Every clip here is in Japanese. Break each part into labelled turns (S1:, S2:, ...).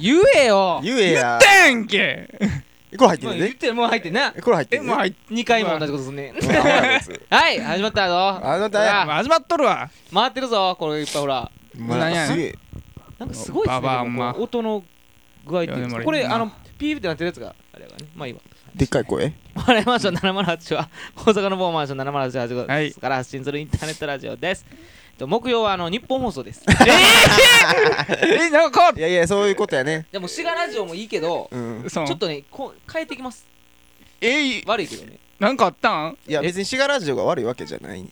S1: 言えよ
S2: 言えや
S1: 言ってんけ
S2: これ入って
S1: もう
S2: る
S1: 言っ
S2: ね
S1: てるもう入ってんな
S2: これ入って
S1: え
S2: る
S1: もう
S2: ね
S1: 入っ2回も同じことすんねん
S2: あなんだこいつ
S1: はい始まったぞ
S2: あな
S1: ほ
S2: た
S1: ら
S3: まあ始まっとるわ
S1: 回ってるぞこれいっぱいほら
S2: まあなんかすげえ
S1: なんかすごいっすね
S3: ババア
S1: でも
S3: まあ
S1: こう音の具合っていうんです
S3: いやでもあ
S1: か
S3: れ
S1: これ
S3: な
S1: あのピーってなってるやつがあれやからねまあいいわ
S2: でっかい声
S1: 我々マンション708は大阪の某マンション708
S3: は
S1: で
S3: い
S1: すから発信するインターネットラジオですと木曜はあの日本放送です
S3: えなんか変わっ
S2: いやいやそういうことやね
S1: でも滋賀ラジオもいいけど
S2: うん
S3: たそう
S1: ちょっとねこう変えてきます
S3: えい
S1: 悪いけどね
S3: なんかあったん
S2: いや別にシガラジオが悪いわけじゃないね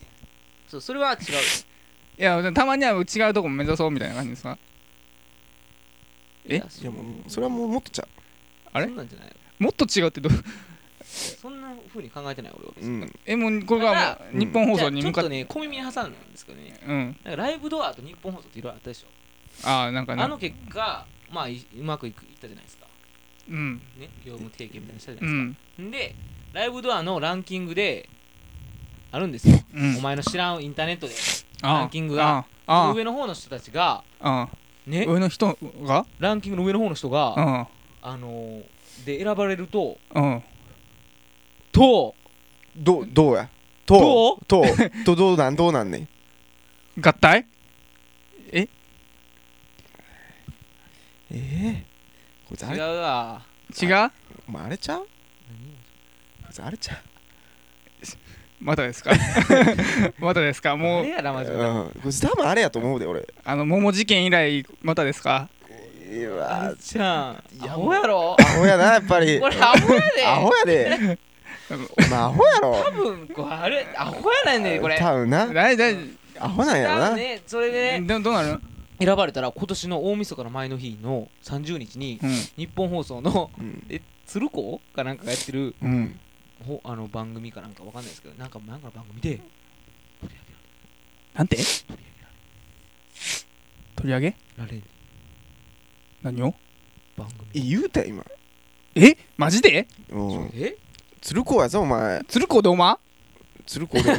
S1: そうそれは違う
S3: いやたまには違うとこ目指そうみたいな感じですかえ
S1: いや
S2: い
S1: そ
S2: やもうそれはもうもっとちゃ
S3: あれ
S1: そんなんじゃない
S3: もっと違うってどう
S1: そんな風に考えてない俺は
S2: ううん
S3: えもうこれがもう日本放送に
S1: じゃあ
S3: 向
S1: ちょ
S3: か
S1: っ
S3: っ
S1: と
S3: て
S1: ね小耳に挟んだんですけどね
S3: うん
S1: なんかライブドアと日本放送っていろいろあったでしょ
S3: ああなんか
S1: あ
S3: な
S1: の結果まあいうまくいくいったじゃないですか
S3: うん
S1: ね業務提携みたいなのしたじゃ
S3: う
S1: ないですか、
S3: ん
S1: でライブドアのランキングであるんですよ、
S3: うん
S1: お前の知らんインターネットで
S3: ああ
S1: ランキングが
S3: ああ
S1: 上の方の人たちが
S3: ああ
S1: ね
S3: 上の人が
S1: ランキングの上の方の人が、
S3: うん
S1: あのー、で選ばれると
S3: うん
S1: と
S2: どうどうやとうと うとどうなんどうなんねん
S3: 合体
S2: ええこいつあ
S1: 違う
S2: れ
S1: わ
S3: 違う
S2: お前あれちゃうこいつあれちゃ
S3: またですか またですか
S1: あ
S3: もう
S1: れやなマ
S2: う
S1: ジで、
S2: うんこいつ多分あれやと思うで俺
S3: あの桃事件以来またですか
S2: い
S1: あい
S2: や
S1: ちゃん
S2: いや
S1: アホやろ
S2: アホやなやっぱり
S1: これアホやで
S2: アホや でお前アホやろ
S1: 多分これあれアホやないねんこれ
S2: 多分な
S3: 大丈
S2: アホなんやろ
S1: 多分
S2: な
S1: ねそれでね
S3: 夫どどうなる
S1: 選ばれたら今年の大晦日の前の日の30日に
S3: う
S1: 日本放送の
S2: うん
S1: え鶴子かなんかがやってる
S3: んうん
S1: ほあの番組かなんかわかんないですけどなんかなんかの番組で
S3: なんて取り上げ
S1: られる
S3: 何を
S1: 番
S2: え
S1: 組
S2: 言うた今
S3: えマジで
S2: うん
S1: え
S2: 鶴子やぞお前
S3: 鶴子でおま
S2: 鶴子で うん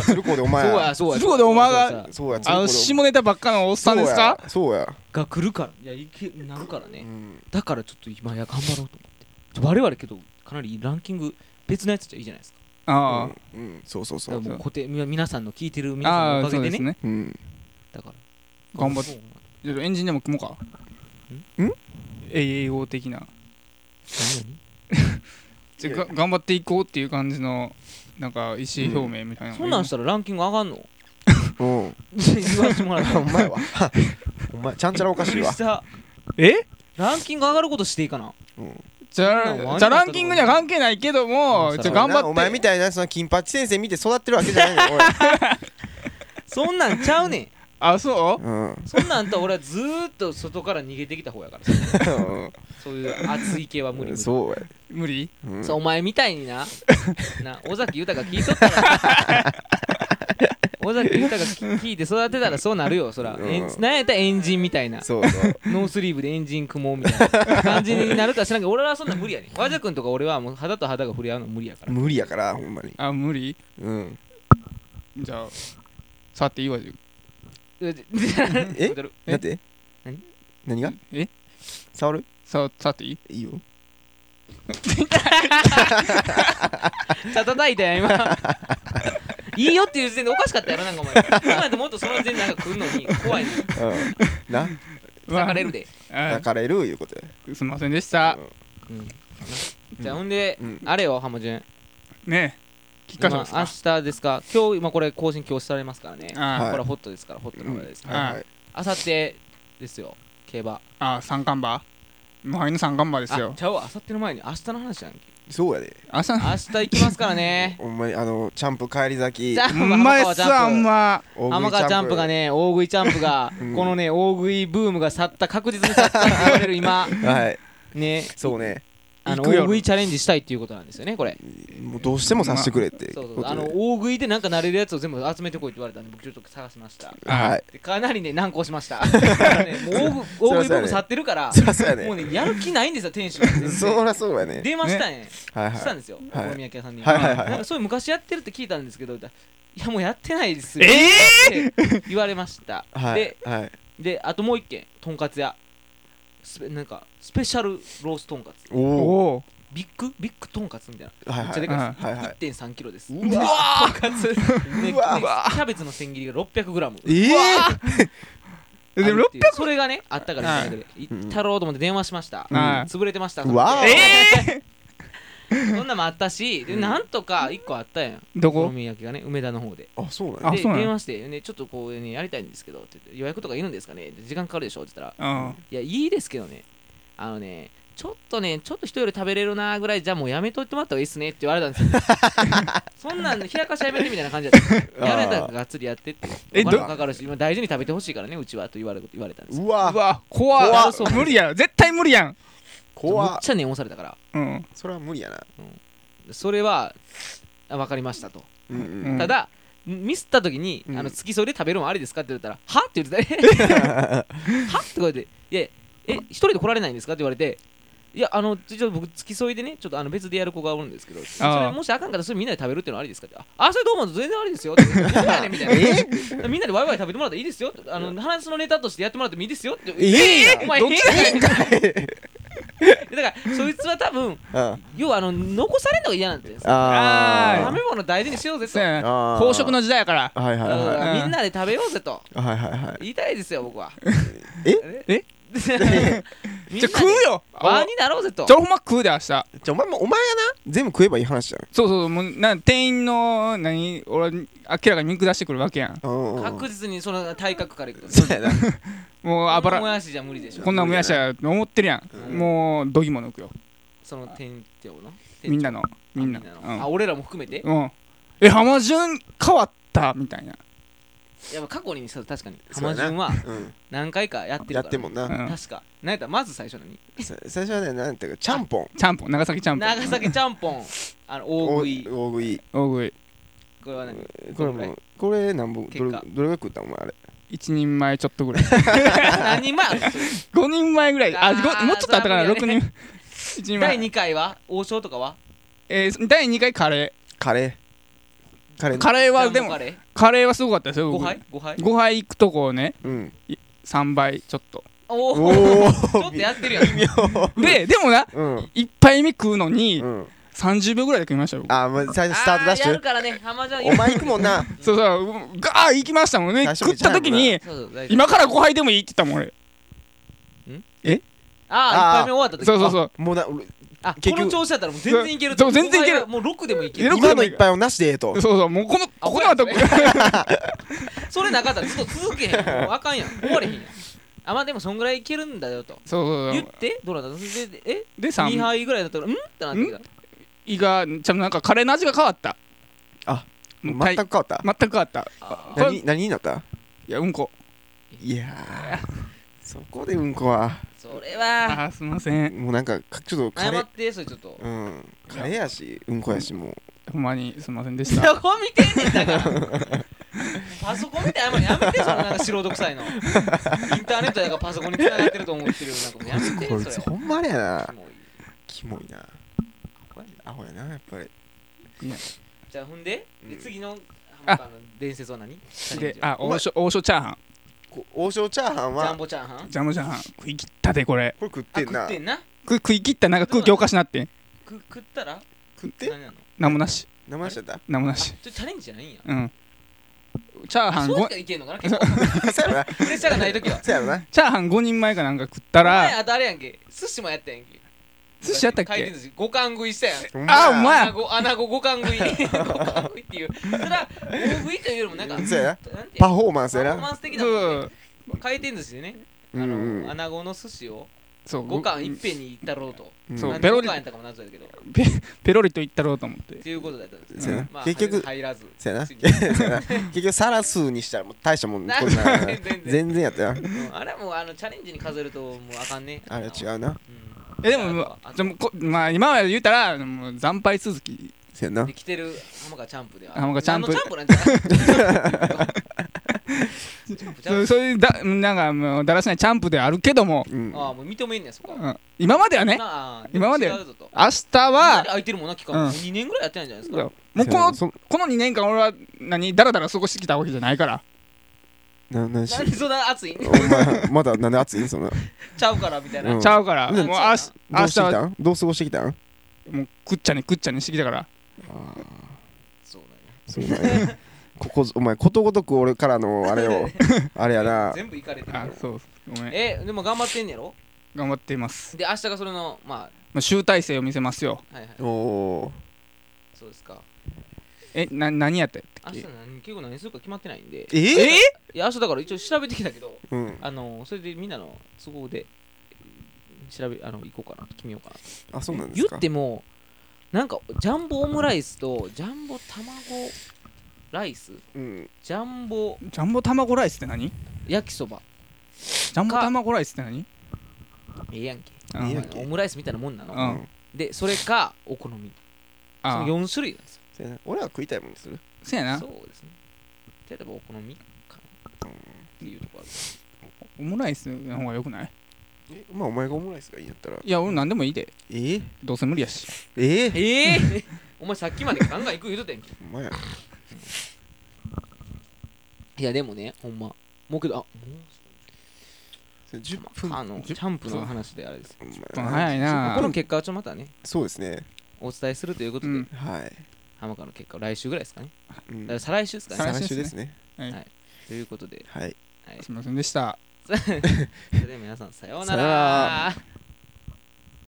S2: 鶴子でお前
S1: そうやそうや
S3: 鶴子でお前が
S2: そうや鶴子で
S3: あの下ネタばっかのおっさんですか
S2: そうやそう
S1: が来るからいやいけなるから
S2: やう
S1: ね
S2: ん
S1: だからちょっと今や頑張ろうと思ってちょ我々けどかなりランキング別のやつじゃいいじゃないですか
S3: あ
S2: うんうんそうそう
S1: だ
S2: そ
S1: から
S2: う
S1: もう固定み皆さんの聞いてる
S3: あ
S1: 皆さん
S3: あ
S1: の
S3: あ
S1: おか
S3: そう
S1: げで
S3: で
S1: すね
S3: ね
S2: うん
S1: だから
S3: 頑張って
S1: そう
S3: ちょっとエンジンでも組もうか
S2: ん
S3: 栄養的な
S1: 何
S3: ちょが頑張っていこうっていう感じのなんか意思表明みたい
S1: 々
S3: なの
S1: そんなんしたらランキング上がんの
S2: うん
S1: 言わせてもらった
S2: お前はお前ちゃんちゃらおか
S1: びっく
S2: しい
S1: り
S2: わ
S1: した
S3: え
S1: ランキング上がることしていいかな
S2: うん
S3: じゃ
S1: そんなん
S3: あじゃあランキングには関係ないけども
S1: うん
S3: じゃあ頑張
S2: お
S3: っ
S2: 前
S3: て
S2: みたいなその金八先生見て育ってるわけじゃないの俺
S1: そんなんちゃうねん
S3: あそう
S2: うん
S1: そんなんと俺はずーっと外から逃げてきた方やからさ そういう熱い系は無理無理そう
S2: そうや
S3: 無理
S2: うん
S1: お前みたいになな尾崎豊聞いとったら尾崎豊聞聞いて育てたらそうなるよそら、
S2: うん
S1: えんなんやったらエンジンみたいな
S2: そうそう
S1: ノースリーブでエンジン雲みたいな感じになるか知らんけど俺はそんな無理やねん和田君とか俺はもう肌と肌が触れ合うの無理やから
S2: 無理やからほんまに
S3: あ無理
S2: うん
S3: じゃあさていいわじゃ
S2: え
S1: え
S3: え
S2: だって
S1: 何
S2: 何が
S3: え
S2: 触る
S3: ささていい
S2: い いよ
S1: さ叩いたやん今 いいよっていう時点でおかしかったやろなんかお前今やともっとその時点でなんか来るのに怖いね
S2: うんな
S1: 裂かれるで、
S3: あ
S2: 抱かれるいうことや
S3: すみませんでした
S1: うんじゃあほんで、
S2: うん
S1: あれよ浜潤
S3: ねえきっかけ
S1: 今
S3: です
S1: 明
S3: か
S1: 日ですか今日今これ更新今日されますからね
S3: あ
S1: これホットですからホットの話題です
S2: う
S1: か
S2: ん
S1: ら
S2: はいはい
S1: あさってですよ競馬
S3: あ三冠馬前の三冠馬です
S1: あ
S3: よ
S1: ちゃうわあさっての前に明日の話やんけ
S2: そうやで
S3: あさ
S1: 明日行きますからね
S2: ほんまにあのチャンプ帰り咲き
S1: じゃあ
S3: う まいっすわう
S1: 浜
S3: ま
S1: 川チャンプが
S2: ね
S1: ね大食いチャンプが
S2: うん
S1: このね大食いブームが去った確実に去ったって言われる 今
S2: はい
S1: ね
S2: そうね
S1: あの大
S3: 行くよ
S1: 食いチャレンジしたいっていうことなんですよねこれ
S2: もうどうしてもさしてくれって
S1: そうそう
S2: こ
S1: あ
S2: と
S1: の
S2: で
S1: 大食いでなんか慣れるやつを全部集めてこいって言われたんで僕ちょっと探しました
S2: はい
S1: でかなりね難航しま しただからねもう大食い大食い僕去ってるから
S2: そりゃそうやね
S1: もうねやる気ないんですよ店 主が全然
S2: そりゃそうやね
S1: 電話したんや
S2: はい
S1: した
S2: は
S1: んですよお
S2: はい
S1: 好み焼き屋さんに
S2: はいはいはいはい
S1: なんかそういう昔やってるって聞いたんですけどいやもうやってないですよ
S3: え
S1: って言われました
S2: いはい
S1: で
S2: はい
S1: であともう一軒とんかつ屋スペなんかスペシャルロースとんかつ
S2: お
S3: お
S2: お
S3: お
S1: ビッグビッグとんかつみたいな
S2: はい
S1: めっ
S2: は
S1: ちゃで
S2: い
S1: かいです、
S2: はいはい
S1: 1 3キロです
S2: うわ
S1: とんかつ、ね、
S2: うわ
S1: ねキャベツの千切りが6 0 0ム
S2: え
S1: ある
S3: えでも
S2: ー
S1: っていうそれがねあったから
S3: はい
S1: その中で行ったろうと思って電話しました、
S2: うん
S3: はい
S1: 潰れてました
S2: うわ
S1: その時
S3: え
S1: そんなんもあったしでなんとか1個あったやん
S3: ど
S1: お好
S3: こ
S1: み焼きがね梅田の方で
S2: あそうなんや
S3: あ
S1: で
S3: そうなんや
S1: 電話して、ね、ちょっとこう、ね、やりたいんですけどって言って予約とかいるんですかね時間かかるでしょって言ったら
S3: うん
S1: いやいいですけどねあのねちょっとねちょっと人より食べれるなぐらいじゃあもうやめといてもらった方がいいっすねって言われたんです よそんなん冷やかしやめてみたいな感じだったやられたらがっつりやってって
S3: え
S1: お
S3: ど
S1: 金もかかるし今大事に食べてほしいからねうちはと言われ言われたんですよ
S2: う
S3: う
S2: わ
S3: わ怖
S2: 怖
S3: っ
S2: っ
S3: 無理やろ絶対無理やん
S1: めっ
S2: 怖っ
S1: ちゃ念押されたから
S3: うん
S2: それは無理やな
S1: それはあ分かりましたと、
S2: うんう
S3: うん ん
S1: ただミスった時に、
S2: うん
S1: あの付き添いで食べるもんありですかって言ったら「は?」って言ってたねはって言って「いやえ一人で来られないんですか?」って言われて「いやあのちょっと僕付き添いでねちょっとあの別でやる子がおるんですけどそれもしあかんかったらそれみんなで食べるっていうのはありですか?」って「ああそれどうも全然ありですよ」って言って「どうやねん」みたいな「みんなでワイワイ食べてもらっていいですよ」あの話のネタとしてやってもらってもいいですよ」って「
S2: ええ
S1: お前
S2: どっち
S1: 変やねんだからそいつは多分
S2: あ
S1: 要はあの残されるのが嫌なんですよ
S3: あ
S1: 食べ物大事にしようぜと
S3: そうやな
S2: あー
S3: 飽食の時代やから
S2: はいはい
S1: だか
S2: は
S1: らみんなで食べようぜと
S2: いはいはいはい
S1: 言いたいですよ僕は
S2: え
S3: え
S1: みん
S3: じ
S1: な
S3: ゃあ食う
S1: で
S3: よ
S1: 輪になろうぜと
S3: じゃあほんま食うで明日
S2: じゃあお前もお前やな全部食えばいい話じ
S3: そうそうもうな店員の何俺明らかに見下してくるわけやん
S2: ゃんうんうん
S1: 確実にその体格からいくと
S2: そうやな
S3: もうあばら
S1: もやしじゃ無理でしょ
S3: こんなんもやしやと思ってるやん、
S1: うん
S3: もうどぎも抜くよ
S1: その店長の
S3: みんなのみんな
S1: あのあ俺らも含めて
S3: うん、うん、え浜潤変わったみたいな、
S1: やっぱ過去にさ確かに
S2: そ
S1: 浜
S2: うやな
S1: 順は
S2: うん
S1: 何回かやってるから
S2: やってんもんな
S3: うん
S1: 確か何やったらまず最初のに
S2: さ最初はねなんていうかちゃんぽん
S3: ちゃんぽん長崎ちゃんぽん
S1: 長崎ちゃんぽんあの大食い
S2: 大大食い
S3: 大食い
S1: これは何
S2: これ
S1: どれぐら
S2: もこれなんぼど
S1: 結
S2: れ
S1: 果
S2: どれが食ったお前あれ
S3: 一人前ちょっとぐらい
S1: 何人前あるのそれ
S3: 五人前ぐらい
S1: あ
S3: あ
S1: ー
S3: ごもうちょっとあったかな
S1: それは
S3: 六
S1: 無理
S3: 人一人
S1: 第
S3: 前
S1: 2回は王将とかは
S3: えー第2回カレ
S2: カレーカレ
S3: ー
S2: ー
S3: カレーは
S1: ジ
S3: で
S1: ャンボ
S3: も
S1: カレ
S3: カレーはすごかったですよ
S1: ー5
S3: 僕
S1: 杯5杯
S3: 五杯行くとこをね
S2: うん
S3: 3倍ちょっと
S1: お
S2: お
S1: お
S2: ー
S1: ちょっとやってるやん
S3: ででもな
S2: うん
S3: 一杯目食うのに
S2: うん
S3: 30秒ぐらいで食いましたよ僕
S2: あもう最初スタートダッシ
S1: あやる
S2: ュ
S1: からね浜ちゃん
S2: お前行くも んな
S3: そうそううんガー行きましたもんね
S2: 最初
S3: 食った時に
S1: そうそう大丈夫
S3: 今から5杯でもいいって言ったもん俺
S1: ああ1杯目終わった時
S3: そうそうそう
S2: もうな俺
S1: あ
S2: 結
S1: こ
S2: 局
S1: の調子だったらもう全然いける
S3: そう全然いける
S1: お前はもう6でもいけ
S3: いけ
S1: る
S3: る
S2: 今の一杯をなしでええと
S3: そうそうもうこの
S1: あ
S3: この後
S1: ほそれなかったらずっと続けへんもうあかんやん終われへん やんあまあでもそんぐらいいけるんだよと
S3: そうそう
S1: 言っ
S3: そう
S1: てどうなったのででえ
S3: で
S1: 2
S3: 3
S1: 杯ぐらいだったらんってなってきた
S3: 胃がちゃんなんかカレーの味が変わった
S2: あ
S3: も
S2: 全
S3: う
S2: く
S3: たい
S2: 変わった
S3: 全く変わった
S1: あー
S3: これ
S2: 何何になった
S3: いやうんこ
S2: いやーそこでうんこは
S1: それは
S3: あーすいません
S2: もうなんかかちょっとカレ
S1: 謝っ
S2: ー
S1: てそれちょっと
S2: うんカレーやしうんこやしもう
S3: ほんまにすいませんでし
S1: そ
S3: た
S1: こ見てんねんだ からパソコンみたいなのやめてそのなんか素人臭いのインターネットやからパソコンに繋がってると思ってるようなことやめて
S2: こい
S1: そ
S2: つ
S1: れ
S2: ほんまあれやな
S1: もういい
S2: キモいなアホやなやっぱり
S1: じゃあほんでで
S2: うん
S1: 次の浜川の伝説は何
S3: で
S1: チャレンジは
S3: あ王将王将チャーハン
S2: こ王将チャーハ
S1: ジャ
S2: ンは
S1: ン
S2: こ
S1: ボチャーハンあ
S3: ジャムチャーハン食い切ったでこれ
S2: れ食ってん
S1: 食
S2: な
S1: ってんな
S3: 食食い切ったなんか空気おかしなって
S1: く食ったら
S2: 食って
S1: 何なの
S3: なんもなし
S2: 名前しちゃった
S3: なんもな
S1: あち
S3: し
S1: ょっとチャレンジじゃないんや
S3: うんチャーハン
S1: そうし
S3: ご
S1: かいけんのかな結構
S2: そう やろな
S1: プレッシャーがない時は
S2: そうやろな
S3: チャーハン5人前かなんか食った
S1: お前
S3: ら
S1: あとあれやんけ寿司もやったやんけ
S3: 寿司やったっ
S1: 回転
S3: け
S1: 寿司五貫食いしたやん
S2: ほんまや
S3: あお前
S1: 穴子穴子五貫 食い五貫食いっていうそれは大食いというよりもなんか
S2: そうやな
S1: なんて
S2: パフォーマンスや
S1: パフォー
S2: な
S1: マンス的な
S3: そ
S1: もんね
S3: う
S1: 回転寿司でね
S2: うん
S1: あ
S2: うん
S1: の穴子の寿司を
S3: そう
S1: 五貫いっぺんにいったろうと
S2: うん
S3: そう
S1: なんで
S3: ペロ
S1: 五
S3: リ
S1: 貫やったかも謎やけど
S3: ペペロリと言ったろうと思って
S1: っていうことだったんですね
S2: そうやな
S1: まあ
S2: 結局
S1: 入らず
S2: そうやな
S1: ついに
S2: そうやな結局サラ数にしたらもう大し たもん
S1: な
S2: こんな
S1: 全然
S2: 全然やったよ
S1: うんあれはもうあのチャレンジに数えるともうあかんね
S2: あれ
S1: う、
S2: 違うな
S1: うん
S3: えでも
S1: あと
S3: も
S1: は
S3: う
S1: あと
S3: じゃあもうこまあ今まで言うたらもう惨敗続き
S2: そうやな
S1: できてる浜川チャンプでは
S3: 浜川チャンプ
S1: 何のチャンプなんじゃないチャンプチャン
S3: そうそういうだなんかもうだらしないチャンプであるけども、
S2: う ん
S1: プああもう認めんねやそこは
S3: うん今まではね
S1: なあ
S3: 今まで
S1: 違うぞと
S3: 明日
S1: あ
S3: は
S1: 空いてるもんな期間
S3: う
S1: も
S3: ん
S1: う2年ぐらいやってないんじゃないですか
S3: もうこの
S2: そ
S3: この2年間俺は何だらだら過ごしてきたわけじゃないから
S2: ななんし
S1: なんでそんな暑いん
S2: お前まだなんで暑いんそんな
S1: ちゃうからみたいな、
S2: うん
S3: ちゃうから、
S2: うん
S3: もうあし
S2: ど
S3: 明
S2: うし
S3: 日
S2: てき
S3: は
S2: たんどう過ごしてきたん
S3: もうくっちゃにくっちゃにしてきたから
S1: そうな
S2: そうなんやここお前ことごとく俺からのあれ をあれや
S1: んや
S2: な
S1: 全部いかれてる
S3: あ
S1: よ
S3: そうごめん
S1: えでも頑張ってんねやろ
S3: 頑張っています、
S1: で明日がそれのま
S3: まあ、集大成を見せますよ
S1: あはいはい
S2: おお
S1: そうですか
S3: えな何やったっ
S1: 明日
S3: け
S1: 何結構何するか決まってないんで
S2: え
S3: え
S2: え
S1: いや明日だから一応調べてきたけど
S2: うん
S1: あのそれでみんなの都合で調べあの行こうかな決めようかな
S2: あそうなんです
S1: 言
S2: か
S1: ってもなんかジャンボオムライスとジャンボ卵ライス
S2: うん
S1: ジャンボ
S3: ジャンボ卵ライスって何ジ
S1: 焼きそば
S3: ャンボ卵ライスって何
S1: ええやんけ
S3: あ
S2: いいや
S1: ま
S2: ん
S1: あオムライスみたいなもんな
S3: う
S1: の
S3: ん
S1: でそれかお好みそ
S3: あ
S1: の4種類なんですよ
S2: せやな俺は食いたいもんにする
S3: そうやな
S1: そうですね例えばお好みかなっていうとこある
S3: オムライスの方がよくない
S2: えまあお前がオムライスがいいんやったら
S3: いや俺何でもいいで
S2: え
S3: どうせ無理やし
S2: え
S1: ええ お前さっきまでガンガン行く言うとったやんけ
S2: お前
S1: いやでもねほんまもうけどあも
S2: それ10
S1: う
S2: 分
S1: あのキ
S2: 10
S1: ャンプの話であれです
S2: お前
S3: まあ早いな
S1: この結果はちょっとまたね
S2: そうですね
S1: お伝えするということ
S3: う
S1: で、
S3: ん
S2: はい
S1: 浜川の結果は来週ぐらいですかね、
S2: うん
S1: だから再来週ですか
S3: 再
S1: ね
S3: 来
S2: 最終ですね
S1: はいということで、
S2: はい
S1: はい、
S3: すいませんでした
S1: それでは皆さんさような
S2: さような
S1: ら
S2: ら